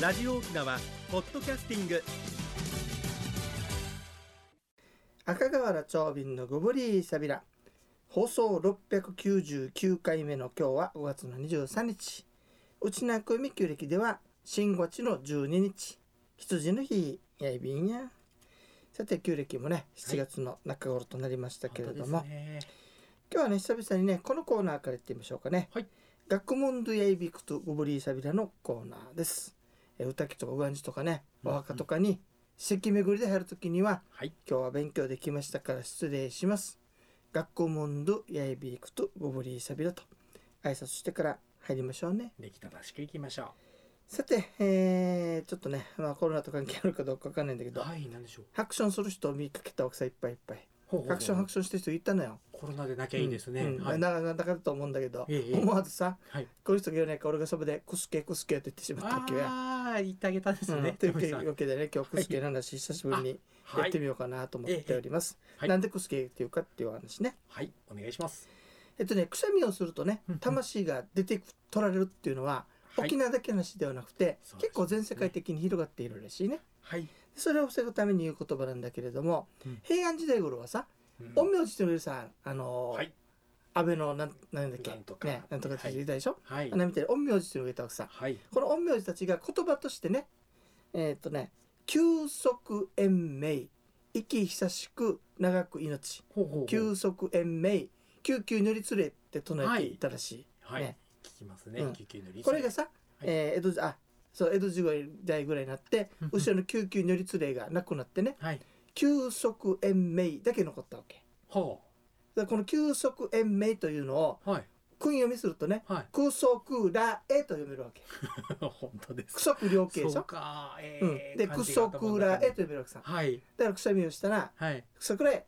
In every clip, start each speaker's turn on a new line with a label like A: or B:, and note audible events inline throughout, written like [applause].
A: ラジオ沖縄ポッドキャスティング
B: 赤瓦長瓶のゴブリーサビラ放送699回目の今日は5月の23日内名組旧暦では新五地の12日羊の日やいびんやさて旧暦もね7月の中頃となりましたけれど
A: 本
B: も、
A: 当ですね
B: 今日はね久々にねこのコーナーからいってみましょうかね
A: はい
B: 学問度やいびくとゴブリーサビラのコーナーですえー歌木とか上地とかねお墓とかに四季巡りで入るときには
A: はい
B: 今日は勉強できましたから失礼します。学校モンドやいびいくとゴブリーサビラと挨拶してから入りましょうね。
A: できたらしくいきましょ
B: さて、えー、ちょっとね、まあ、コロナと関係あるかどうかわかんないんだけ
A: う
B: ど、
A: はいなんでしょう
B: ハクションする人を見かけたわけさいっぱいいっぱい。
A: ほうほうほう
B: ハクションハクションしてる人いたのよ。
A: コロナでなきゃいいですね、
B: うんうん
A: はい、
B: なかなかだと思うんだけど、
A: ええ
B: 思わずさ、
A: はい、
B: この人がいないから俺がそばでクスケクスケと言ってしまったわけや。
A: ああ言ってあげたんです
B: うん、
A: ね、
B: とい
A: 山口さん
B: うわけでね、今日クスケの話、久しぶりにや
A: は
B: って
A: い
B: みようかなと思っております。
A: ええはい
B: なんでクスケっていうかっていうお話ね。
A: はいお願いします
B: えっとね、くしゃみをするとね
A: うんうん
B: 魂が出てく取られるっていうのは、
A: はい
B: 沖縄だけの話ではなくて
A: そうですね
B: 結構全世界的に広がっているらしいね
A: はい、
B: それを防ぐために言う言葉なんだけれども、
A: うん
B: 平安時代頃はさ
A: うん
B: 陰陽師というさあのー、
A: はい
B: 安倍のなんなんだっけ
A: なんとか
B: ね、なんとかって言うたでしょ、
A: はい
B: あんなみたいに陰陽師というのがいたわけさ
A: はい
B: この陰陽師たちが言葉としてねえーっとね「休息延命」「息久しく長く命」
A: ほうほうほ
B: 「
A: う
B: 休息延命」「救急乗り連れ」って唱えていたらしい
A: はい、
B: ね
A: 聞きますね、
B: うん
A: 救急のリス
B: これがさ、
A: い
B: えー江戸時あそう江戸時代ぐらいになって
A: うん
B: 後ろの救急如律令がなくなってね
A: はい
B: 休息延命だけ残ったわけ
A: ほ
B: だからこの休息延命というのを
A: うはい
B: 訓読みするとね
A: はい [laughs]
B: 空足らえと読めるわけ
A: 本当です
B: 苦足良形でし
A: そう
B: ょ
A: かえ
B: う
A: ー
B: ん、で
A: 漢
B: 苦
A: 字が
B: 足
A: 頭の
B: ら
A: 中に
B: えと読めるわけさだ
A: はい
B: からくしゃみをしたら
A: はい
B: 「くそくらえ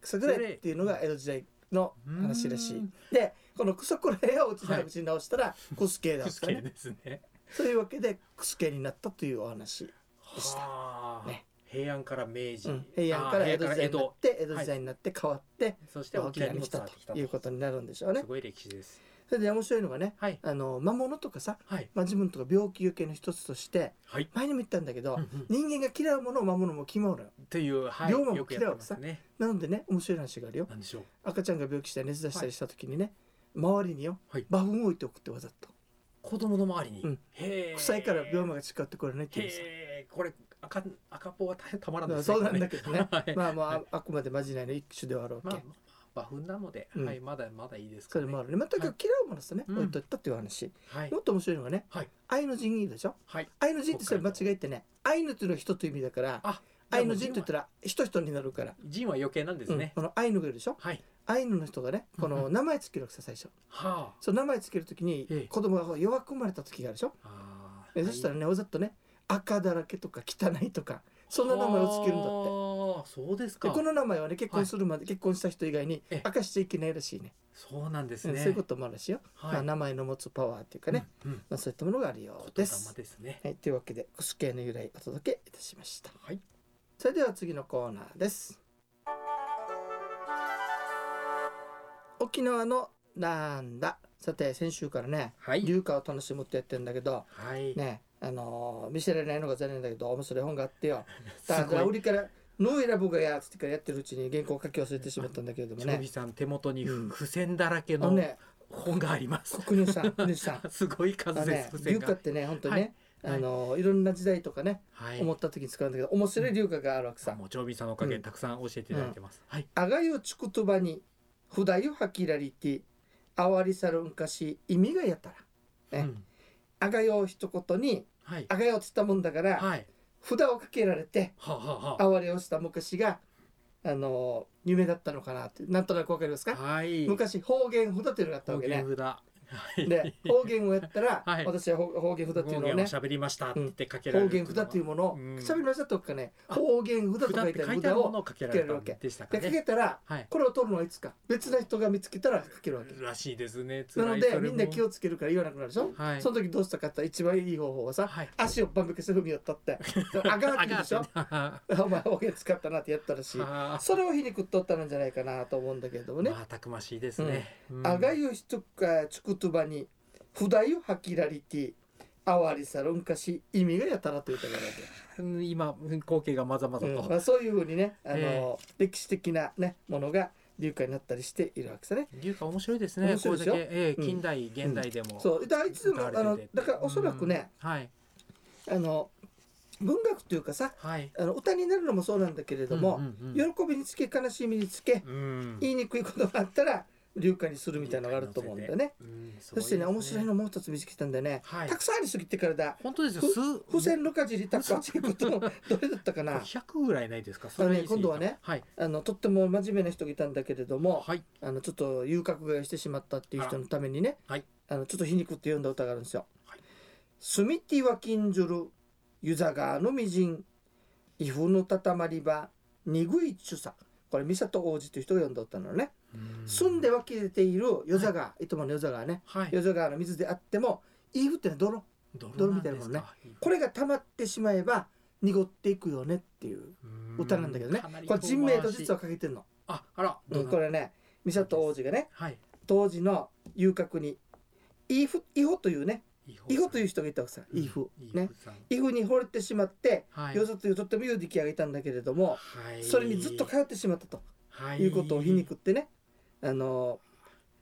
B: くそくらえ」っていうのが江戸時代の話らし
A: うー
B: い
A: ん
B: でこの「くそくらえ」をうちな口に直した
A: [laughs]
B: ら「くすけ」だ
A: 不
B: った
A: 正
B: ね
A: ですね
B: そういうわけで「くすけ」になったというお話でした
A: はあ
B: ね
A: 平安から明治、
B: うん、平安から
A: あー
B: 江戸
A: 平安江
B: 時代になっ
A: 戸
B: て江戸時代になって変わって
A: そして
B: 沖
A: 沖
B: 縄
A: 縄
B: に
A: に
B: 来
A: 来
B: た
A: た
B: と
A: と
B: いうことになるんでしょうね
A: す。ごい歴史です
B: それで面白いのがね
A: はい
B: あの魔物とかさ、
A: はい
B: まあ、自分とか病気受けの一つとして
A: はい、
B: 前にも言ったんだけど、
A: うんうん
B: 人間が嫌うものを魔物も嫌うのよ
A: という、はい、
B: 龍馬も
A: よくやってますね
B: なのでね面白い話があるよ
A: なんでしょう
B: 赤ちゃんが病気したり熱出したりした時にね、周りによ、
A: はい
B: 馬粉を置いておくってわざと
A: 子供の周りに、
B: うん
A: へー
B: 臭いから病魔が近寄ってこれないっていうさ
A: へーこれ赤赤ポは大変たまら
B: だ
A: な
B: か
A: い
B: ら
A: ですね
B: そうなんだけ
A: [laughs] は
B: どね
A: い
B: まあまあ、
A: はい
B: あくまでまじないの一種ではあるわけ、
A: まあ、まあ、馬粉なので、
B: うん
A: はい、まだまだいいです
B: そ
A: か
B: れ
A: ね。
B: もあるねまあとにかく嫌うものさね、
A: うん
B: 置いといたっていう話、
A: はい
B: も、っと面白いのがね、
A: はい
B: 愛の仁義でしょ
A: はい、
B: 愛の仁ってそれ間違えてね愛のというのは人という意味だから
A: あ、
B: 愛の仁と言った
A: ら、
B: ら人人になるから、
A: 人は余計なんですね。
B: うんこの愛のがいるでしょ
A: はい、
B: 愛のの人がねこ
A: うん
B: の
A: う
B: 名前つけるわけさ最初
A: は
B: その名前つけるときに
A: ええ
B: 子供が弱く生まれた時があるでしょ
A: あ、あ
B: えそしたらねわざとね赤だらけとか汚いとかそんな名前をつけるんだって
A: ああ、そうです
B: で
A: か。
B: この名前はね結婚するまで、結婚した人以外に
A: ええ
B: 明かしちゃいけないらしいね
A: そうなんです
B: うん
A: ね。
B: そういうこともあるらしいよ、
A: はい
B: まあ、名前の持つパワーっていうかね、。
A: うん、うん
B: まあ、そういったものがあるよう
A: 言
B: で
A: 霊
B: す
A: ですね。
B: はい、というわけで、コス系の由来お届けいたしました。
A: はい、
B: それでは次のコーナーです。沖縄のなんだ。さて、先週からね、
A: はい、
B: 流歌を楽しむってやってるんだけど、
A: はい、
B: ね、あのー見せられないのが残念だけど、面白い本があってよ。
A: す
B: だから、
A: ごい。
B: 売りから、ノー選ぶがやっつってからやってるうちに原稿を書き忘れてしまったんだけれども
A: ジョ
B: ね
A: ビ。さん手元に
B: うん
A: 付箋だらけ
B: あの
A: の
B: ね、
A: 本があります。 [laughs]
B: 国主さん、主さん。
A: すごい
B: あの
A: 数で
B: ね
A: す。、付箋
B: 流歌
A: が。
B: ってね、本当にね、
A: はい
B: あのーいろんな時代とかね、
A: はい。
B: 思った時に使うんだけど面白い流歌があるわけさ
A: もうジョビさんのおかげ
B: う
A: で
B: ん
A: たくさん教えていただいてます。はい。
B: 「あがよちくとばにふだよはきらりてあわりさるんかし意味がやったら」ね
A: うん
B: 「あがよ」一言に
A: はい。
B: 「あがよ」って言ったもんだから
A: はい。
B: 札をかけられて
A: はあはあはあ
B: あわりをした昔があの夢だったのかなってなんとなくわかりますか
A: はい。
B: 昔方言札っていうのがあった
A: 方
B: わけね
A: 言。札。はい。
B: で方言をやったら
A: [laughs] はい
B: 私は方方言札っていう
A: 方
B: のを
A: 言を
B: ね
A: 喋りましたって言ってかけられ
B: 方
A: る。
B: 言札っていううものを
A: うん
B: くしゃみのしたとかね
A: あ
B: 方言札
A: 札
B: と書
A: っ
B: いて
A: て
B: あ
A: 書い
B: る
A: てある
B: 札
A: もの
B: を
A: をかけられた
B: かけられるわ
A: ん
B: け
A: でしたか
B: でか
A: ね。
B: けたら
A: はい。
B: これを取るのはいつか別な人が見つけたらかけるわけ
A: らしいですね。
B: なのでみんな気
A: を。
B: をつけるから言わなくなるでしょ、
A: はい
B: その時どうしたかって言ったら一番いい方法はさ、
A: はい。
B: 足をバンブケして踏み寄ったって
A: [laughs]
B: [laughs] あがってでしょ
A: あ
B: お前おげ使ったなってやったらしい
A: がはあ
B: それを皮肉っとったんじゃないかなと思うんだけれどもね
A: まあたくましいですね。
B: 「あが
A: い。
B: ゆひとかちくとばにふだゆはきらりて哀れさ論化し意味がやたらというところ
A: うん今光景がまざまざ
B: で、
A: と、
B: うんまあ、そういうふうにねあの、
A: え
B: 歴史的な、ね、ものが流化になったりしているわけですね。
A: 流化面白いですね
B: 面白いでしょ
A: これだけ、ええ
B: うん
A: 近代、現代でも
B: そうだからいつでもあ
A: 歌わ
B: の
A: れてて
B: だからおそらくね、、
A: うんはい
B: あの文学というかさ
A: はい
B: あの歌になるのもそうなんだけれども、
A: うんうんうん
B: 喜びにつけ悲しみにつけ、
A: うん
B: 言いにくいことがあったら流化にするみたいなのがあると思うんだよね。
A: うんすご
B: そしてね
A: です
B: 面白いのもう一つ見つけたんだよね、
A: はい
B: たくさんありすぎて体
A: 本当ですよ
B: ふ
A: 数
B: 付箋のかじりたくさんちことどれだった
A: [laughs]
B: かな
A: 100ぐらいないですかそ
B: あのね
A: 言い過ぎた
B: 今度はね
A: はい
B: あのとっても真面目な人がいたんだけれども、
A: はい
B: あのちょっと遊郭買いしてしまったっていう人のためにね
A: あらはい
B: あのちょっと皮肉って読んだ歌があるんですよ。
A: はい
B: すみては近じゅる湯ざがのみじんいふのたたまりばにぐいちゅさこれ三里王子という人が読んだ歌なのね。住んで湧き出ている夜座川、い、つもの夜座川ね
A: はい
B: 夜座川の水であってもイーフってのは泥
A: 泥
B: み
A: みた
B: たい
A: いな
B: なも
A: も
B: ん
A: ん
B: ね
A: ね
B: これが溜まってしまえば濁っていくよねっていう歌なんだけどねこれ人名と実
A: は
B: はかけてるの、
A: ああら
B: うんこ
A: れ
B: れね三里王子がね
A: はい
B: 当時の遊郭にイーフイホというねイホというう人がいたわけさ、イーフ
A: んイ
B: ね
A: フさん
B: イフに惚れてしまって
A: はい
B: 夜座というとってもいい出来上がいたんだけれども
A: はい
B: それにずっと通ってしまったと
A: は
B: いうことを皮肉ってね、あの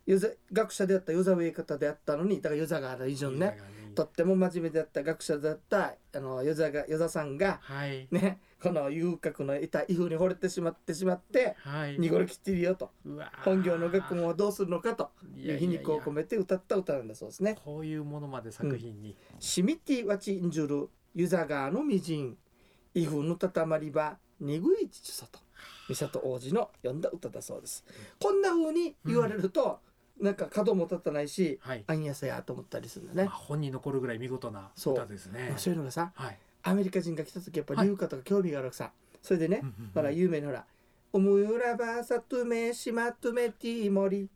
B: ユザ学者であった与沢上方であったのにだから与沢原以上ねとっても真面目であった学者だったあの与沢が与沢さんが
A: はい
B: ねこの遊郭のいた威風に惚れてしまってしまって
A: はい
B: 濁りきっているよと
A: うわー
B: 本業の学問はどうするのかと
A: い
B: い
A: や
B: う
A: いや
B: 皮
A: いや
B: 肉を込めて歌った歌なんだそうですね。
A: こういうものまで作品に
B: シミティワチンジュルユザガーのみじん威風のたたまり場にぐいちちさと三里王子の読んだ歌だそうですこんな風に言われると、なんか角も立たないし
A: はい
B: あんやさやと思ったりするんだ
A: ま
B: ね
A: あ、本に残るぐらい見事な
B: そう
A: 歌ですね
B: まあそういうのがさ
A: はい
B: アメリカ人が来た時やっぱ
A: はい
B: 流歌とか興味があるわけさ、それでね、
A: うんうんうん
B: ほら有名なほら「おむゆらばさとめしまとめティーモリ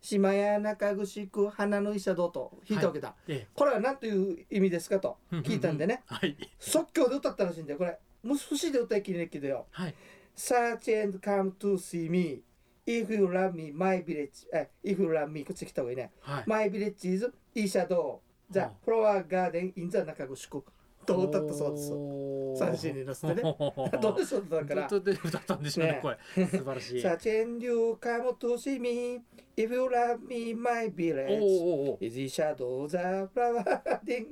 B: しまやなかぐしく花の医者どう」と弾いたわけだ、
A: え
B: これは何という意味ですかと
A: え
B: 聞いたんでね
A: はい
B: 即興で歌ったらしいんだよこれもう少しで歌いきれないけどよ
A: はい
B: Search and come to see me If you love me my village え If you love me こっち来た方がいいね
A: はい
B: My village is イーシャドウ The
A: はあ
B: flower garden in the 中城と歌ったそうです三振に乗せ
A: [laughs]
B: てねどうでしょうだから
A: ずっと歌ったんでしょうね
B: ね
A: こ
B: [laughs]
A: れ素晴らしい
B: Search and you come to see me If you love me my
A: おーお
B: village
A: ーおー
B: Is the shadow the flower garden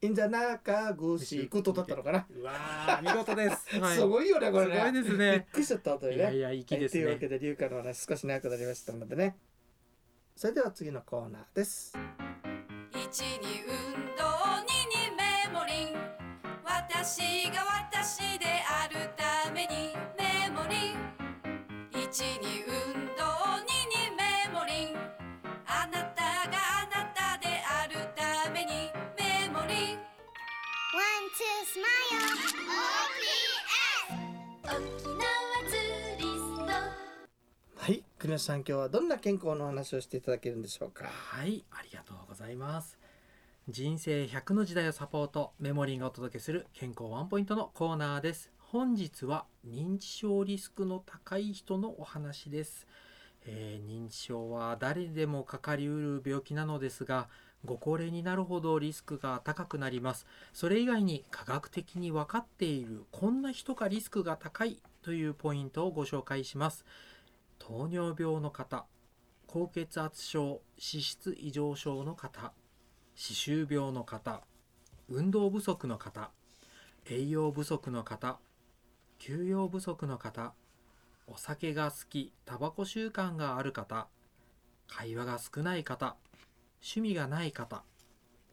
B: in the 中城と歌ったのかな
A: うわー見事
B: [laughs]
A: です、はい、
B: すごいよねこれね
A: すごいです
B: びっ
A: ね
B: くりしちゃった後で
A: い
B: ね
A: やいや
B: は
A: 粋で
B: い、
A: す
B: というわけ
A: ね
B: で龍華の話少し長くなりましたのでねそれでは次のコーナーです
C: 一に運動二にメモリン私が私であるためにメモリン一に運動二にメモリンあなたがあなたであるためにメモリン
D: One, two, smile. OPS.
C: 沖縄ツーリスト
B: はい国吉さん今日はどんな健康のお話をしていただけるんでしょうか
A: はいありがとうございます人生100の時代をサポートメモリーがお届けする健康ワンポイントのコーナーです本日は認知症リスクの高い人のお話です、えー認知症は誰でもかかりうる病気なのですがご高齢になるほどリスクが高くなりますそれ以外に科学的に分かっているこんな人がリスクが高いというポイントをご紹介します糖尿病の方高血圧症脂質異常症の方歯周病の方運動不足の方栄養不足の方休養不足の方お酒が好きタバコ習慣がある方会話が少ない方趣味がない方、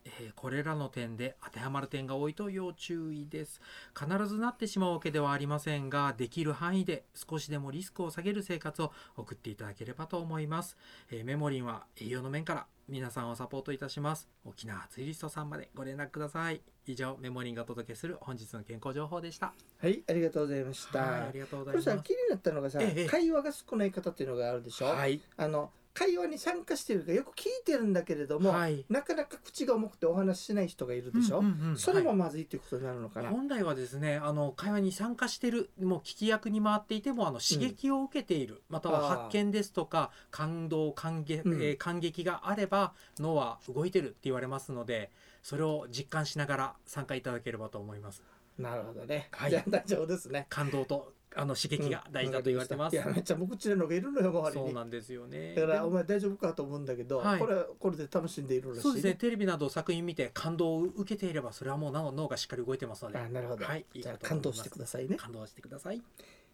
A: えーこれらの点で当てはまる点が多いと要注意です必ずなってしまうわけではありませんができる範囲で少しでもリスクを下げる生活を送っていただければと思います、えーメモリンは栄養の面から皆さんをサポートいたします沖縄ツイリストさんまでご連絡ください以上メモリンがお届けする本日の健康情報でした
B: はいありがとうございました、
A: はいありがとうご
B: こ
A: ざい
B: れ
A: ます
B: さ気になったのがさ、
A: ええ
B: 会話が少ない方っていうのがあるでしょ、
A: はい
B: あの会話に参加してるかよく聞いてるんだけれども、
A: はい
B: なかなか口が重くてお話ししない人がいるでしょ、
A: うんうんうん
B: それもまずいっていうことになるのかな、
A: 本来はですねあの会話に参加してるもう聞き役に回っていてもあの刺激を受けている、また
B: あー
A: は発見ですとか感動感激,え
B: うん
A: ー、感激があれば脳は動いてるって言われますのでそれを実感しながら参加いただければと思います
B: なるほどね、
A: はい
B: じゃあ大丈夫ですね
A: 感動とあの刺激が大事だと言われてます、
B: うんわかりしたいやめっちゃ無口なのがいるのよ周り
A: そう
B: に
A: なんですよね
B: だか
A: で
B: ら
A: も
B: お前大丈夫かと思うんだけど、
A: はい
B: これはこれで楽しんでいるらしい、
A: そうですねテレビなど作品見て感動を受けていればそれはもう脳脳がしっかり動いてますので
B: あなるほど、
A: はい
B: じ
A: い
B: ゃ
A: いかと思
B: あ
A: います
B: 感動してくださいね
A: 感動してください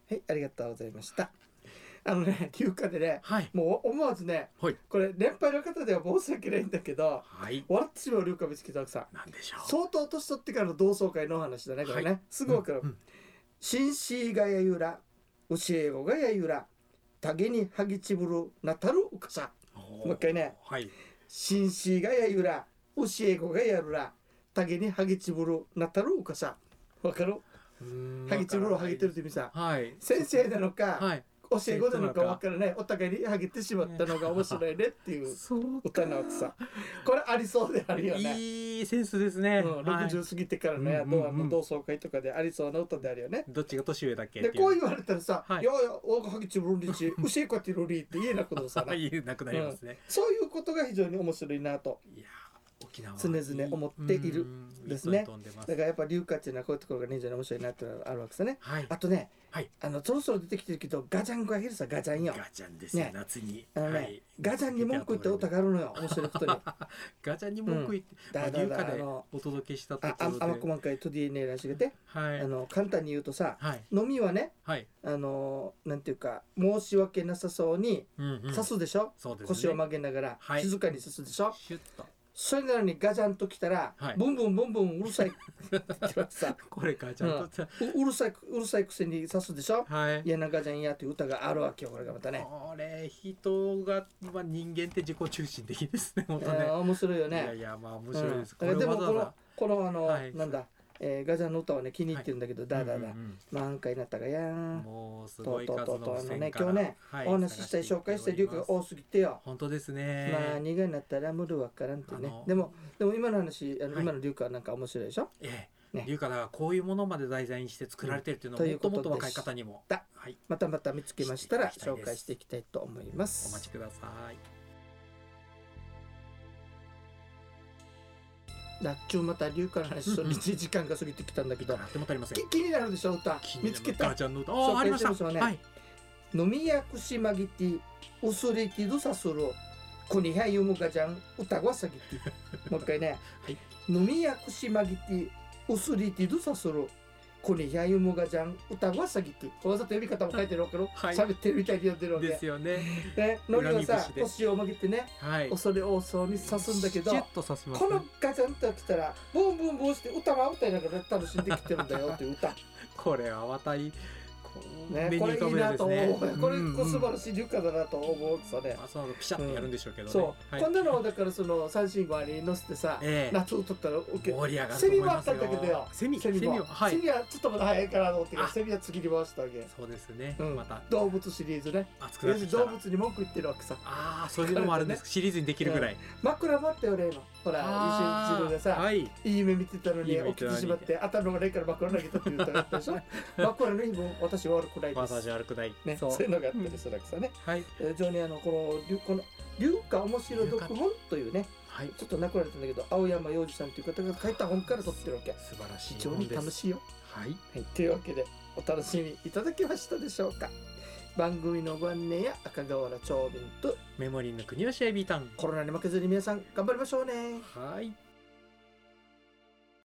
B: はいありがとうございましたあのね [laughs] 休暇でね
A: はい
B: もう思わずね
A: はい
B: これ年配の方では申し訳ないんだけど
A: はい
B: 笑ってしまう龍神月沢さん
A: なんでしょう
B: 相当年取ってからの同窓会のお話だねこれね、
A: は
B: すぐ分かる、
A: うんうん
B: 紳士がやゆら教え子がやゆら竹にはぎちぶるなたるうかさ
A: おー
B: もう一回ね
A: はい
B: 紳士がやゆら教え子がやるら竹にはぎちぶるなたるうかさわかるは
A: は
B: ぎちぶるはぎてるって意味さ
A: はい
B: 先生なのか、
A: はい
B: 教え子なのかわからないお互いにはぎてしまったのが面白いねっていう
A: そう
B: 歌なわけさこれありそうであるよね
A: いいセンスですね、
B: うん、
A: はい
B: 60過ぎてからね、
A: うんうんうん
B: あとはもう同窓会とかでありそうな歌であるよね。
A: どっちが年上だっけ
B: で
A: って
B: こう言われたらさ「
A: はい
B: い、やいや大垣ちぶるりち牛かてるり」って言えなことをさな
A: 言えなくなりますね、
B: そういうことが非常に面白いなと
A: いやー沖縄
B: 常々思っている
A: うん
B: ですね
A: いいことに飛んでま
B: だ
A: す
B: からやっぱ龍華っていうのはこういうところがね非常に面白いなっていうのがあるわけですね
A: はい
B: あとね、
A: はい
B: あのそろそろ出てきてるけどガジャンがいるさガジャンよ
A: ガチャンですよ、
B: ね
A: 夏に
B: あのね、
A: はい
B: ガジャンに文句言って歌があるのよ面白いことにあ
A: ガチャンに文句言って、
B: うん
A: まあ
B: だだだ
A: 流華で
B: あの
A: お届け [laughs] したと
B: あ
A: ころで
B: 甘くまんかいと DNA らしくて、
A: はい
B: あの簡単に言うとさ
A: はい
B: 飲みはね
A: はい
B: あのなんていうか申し訳なさそうに
A: うんうん
B: 刺すでしょ、
A: そうですね
B: 腰を曲げながら
A: はい
B: 静かに進むでしょ、
A: シュッと
B: それなのにガジャンときたら、
A: はい
B: ブンブンブンブンうるさいって言われてさ
A: これガチャンと、
B: ううるさいうるさいくせに刺すでしょ
A: はい
B: 嫌なガジャン嫌という歌があるわけよこれがまたね
A: これ人が、まあ、人間って自己中心的ですね本当ね、
B: あー面白いよ
A: いや
B: ね
A: いやまあ面白いです、
B: うん、だからで
A: こ
B: も
A: れ
B: こ
A: をわ
B: のこのあの、
A: はい
B: なんだ、えーガジャンの歌はね気に入ってるんだけど、
A: ざ
B: だ
A: わ
B: ー
A: ざ
B: だーだー、満開になったがやー
A: うんうんうん
B: ん
A: もうすごい数
B: とうとうとう
A: の
B: とうあの
A: 線
B: ね
A: か
B: 今
A: ら、
B: 日ね
A: は
B: お話ししたい紹介したい理由が多すぎてよ
A: 本当ですね、
B: まあ何がなったら無理わからんってね
A: あの
B: でもでも今の話あの、
A: はい
B: 今のリュウカはなんか面白いでしょ
A: ええ
B: ね
A: 龍華がこういうものまで題材にして作られてるっていうのを
B: うん
A: もっともっ
B: と
A: と
B: いうこと
A: 若
B: で
A: い方にも、
B: だ
A: はい、
B: またまた見つけましたら
A: していただきたい
B: 紹
A: です
B: 介していきたいと思いま
A: お待ち
B: す
A: ください
B: だっちゅうまたリュウカの話初日時間が過ぎてきたんだけ
A: いいか
B: ど
A: なっても足りません
B: き気になるでしょ歌
A: 気になる
B: 見つけ
A: ガ
B: た
A: チャンの歌
B: 紹
A: ああ
B: 介
A: ありまし
B: して
A: た
B: ますよね
A: はい
B: 「飲みやくしまぎてうすりてどさするこにへゆむがじゃん歌わさぎて」
A: [laughs]
B: もう一回ね
A: はい
B: 「飲みやくしまぎてうすりてどさするこにへゆむがじゃん歌わさぎて」わざと呼び方も書いてるわけど
A: はい
B: 喋ってるみたいに呼んでるわけ
A: ですよね
B: ねのりは
A: 恨み
B: さ
A: 節で
B: 腰を曲げてね
A: はい
B: 恐れ多そうに刺すんだけど
A: シュッと刺します
B: こ
A: ね
B: のガチャンと来たらブンブンブンして歌は歌いながら楽しんできてるんだよっていう歌
A: これは渡りこう
B: ね
A: [laughs] 目に
B: これ
A: 浮か
B: いい
A: ぶやつで
B: なと
A: す
B: 思
A: ね
B: うこれ
A: うん
B: こう素晴らしい流歌だなと思うさね
A: まあ、その後ピシャってやるんでしょうけどね。
B: そう、
A: はい
B: こんなのをだからその三振割に乗せてさ、
A: ええ
B: 夏を取ったら OK
A: 盛り上がると
B: セ
A: 思
B: ミ
A: い
B: もあ
A: ま
B: っ
A: す
B: た
A: よ
B: んだけどよ
A: セミ、セ
B: セ
A: ミ
B: ミも、
A: は、は
B: セ
A: い。
B: ミはちょっとまだ早いからと思ってけど
A: あ
B: セミは次に回したわけ、
A: そうですね。
B: うん
A: また
B: 動物シリーズね
A: 熱く
B: 要
A: なっ
B: する
A: てき
B: に
A: た
B: 動
A: ら。
B: 物に文句言ってるわけさ
A: ああ、そういうのもあるん
B: [laughs]
A: です。シリーズにできるぐらい。
B: 枕もあったよ俺今ほら
A: あー
B: 一緒に自分でさ、
A: はい。
B: いい夢見てたの
A: いい
B: に
A: 夢見て
B: 起き
A: たの
B: て
A: に
B: しまって頭がないから枕投げたって言ったらでしょ
A: [laughs]
B: 枕の日も私は悪くない
A: ま
B: で
A: あ、私
B: す、
A: 悪くない。
B: ね、
A: そ
B: そういう
A: う。
B: のがあったりするわけさね、
A: はい。
B: えー非常にあのこの流この流歌面白読本というね
A: はい。
B: ちょっと亡くなられたんだけど青山洋二さんという方が書いた本から撮ってるわけ
A: 素晴らしい。
B: 非常に楽
A: い。
B: しいよ、
A: はい。
B: はい、というわけでお楽しみいただけましたでしょうか番組のご案内や赤瓦長瓶と
A: メモリーの国吉エビタン。
B: コロナに負けずに皆さん頑張りましょうね
A: はい。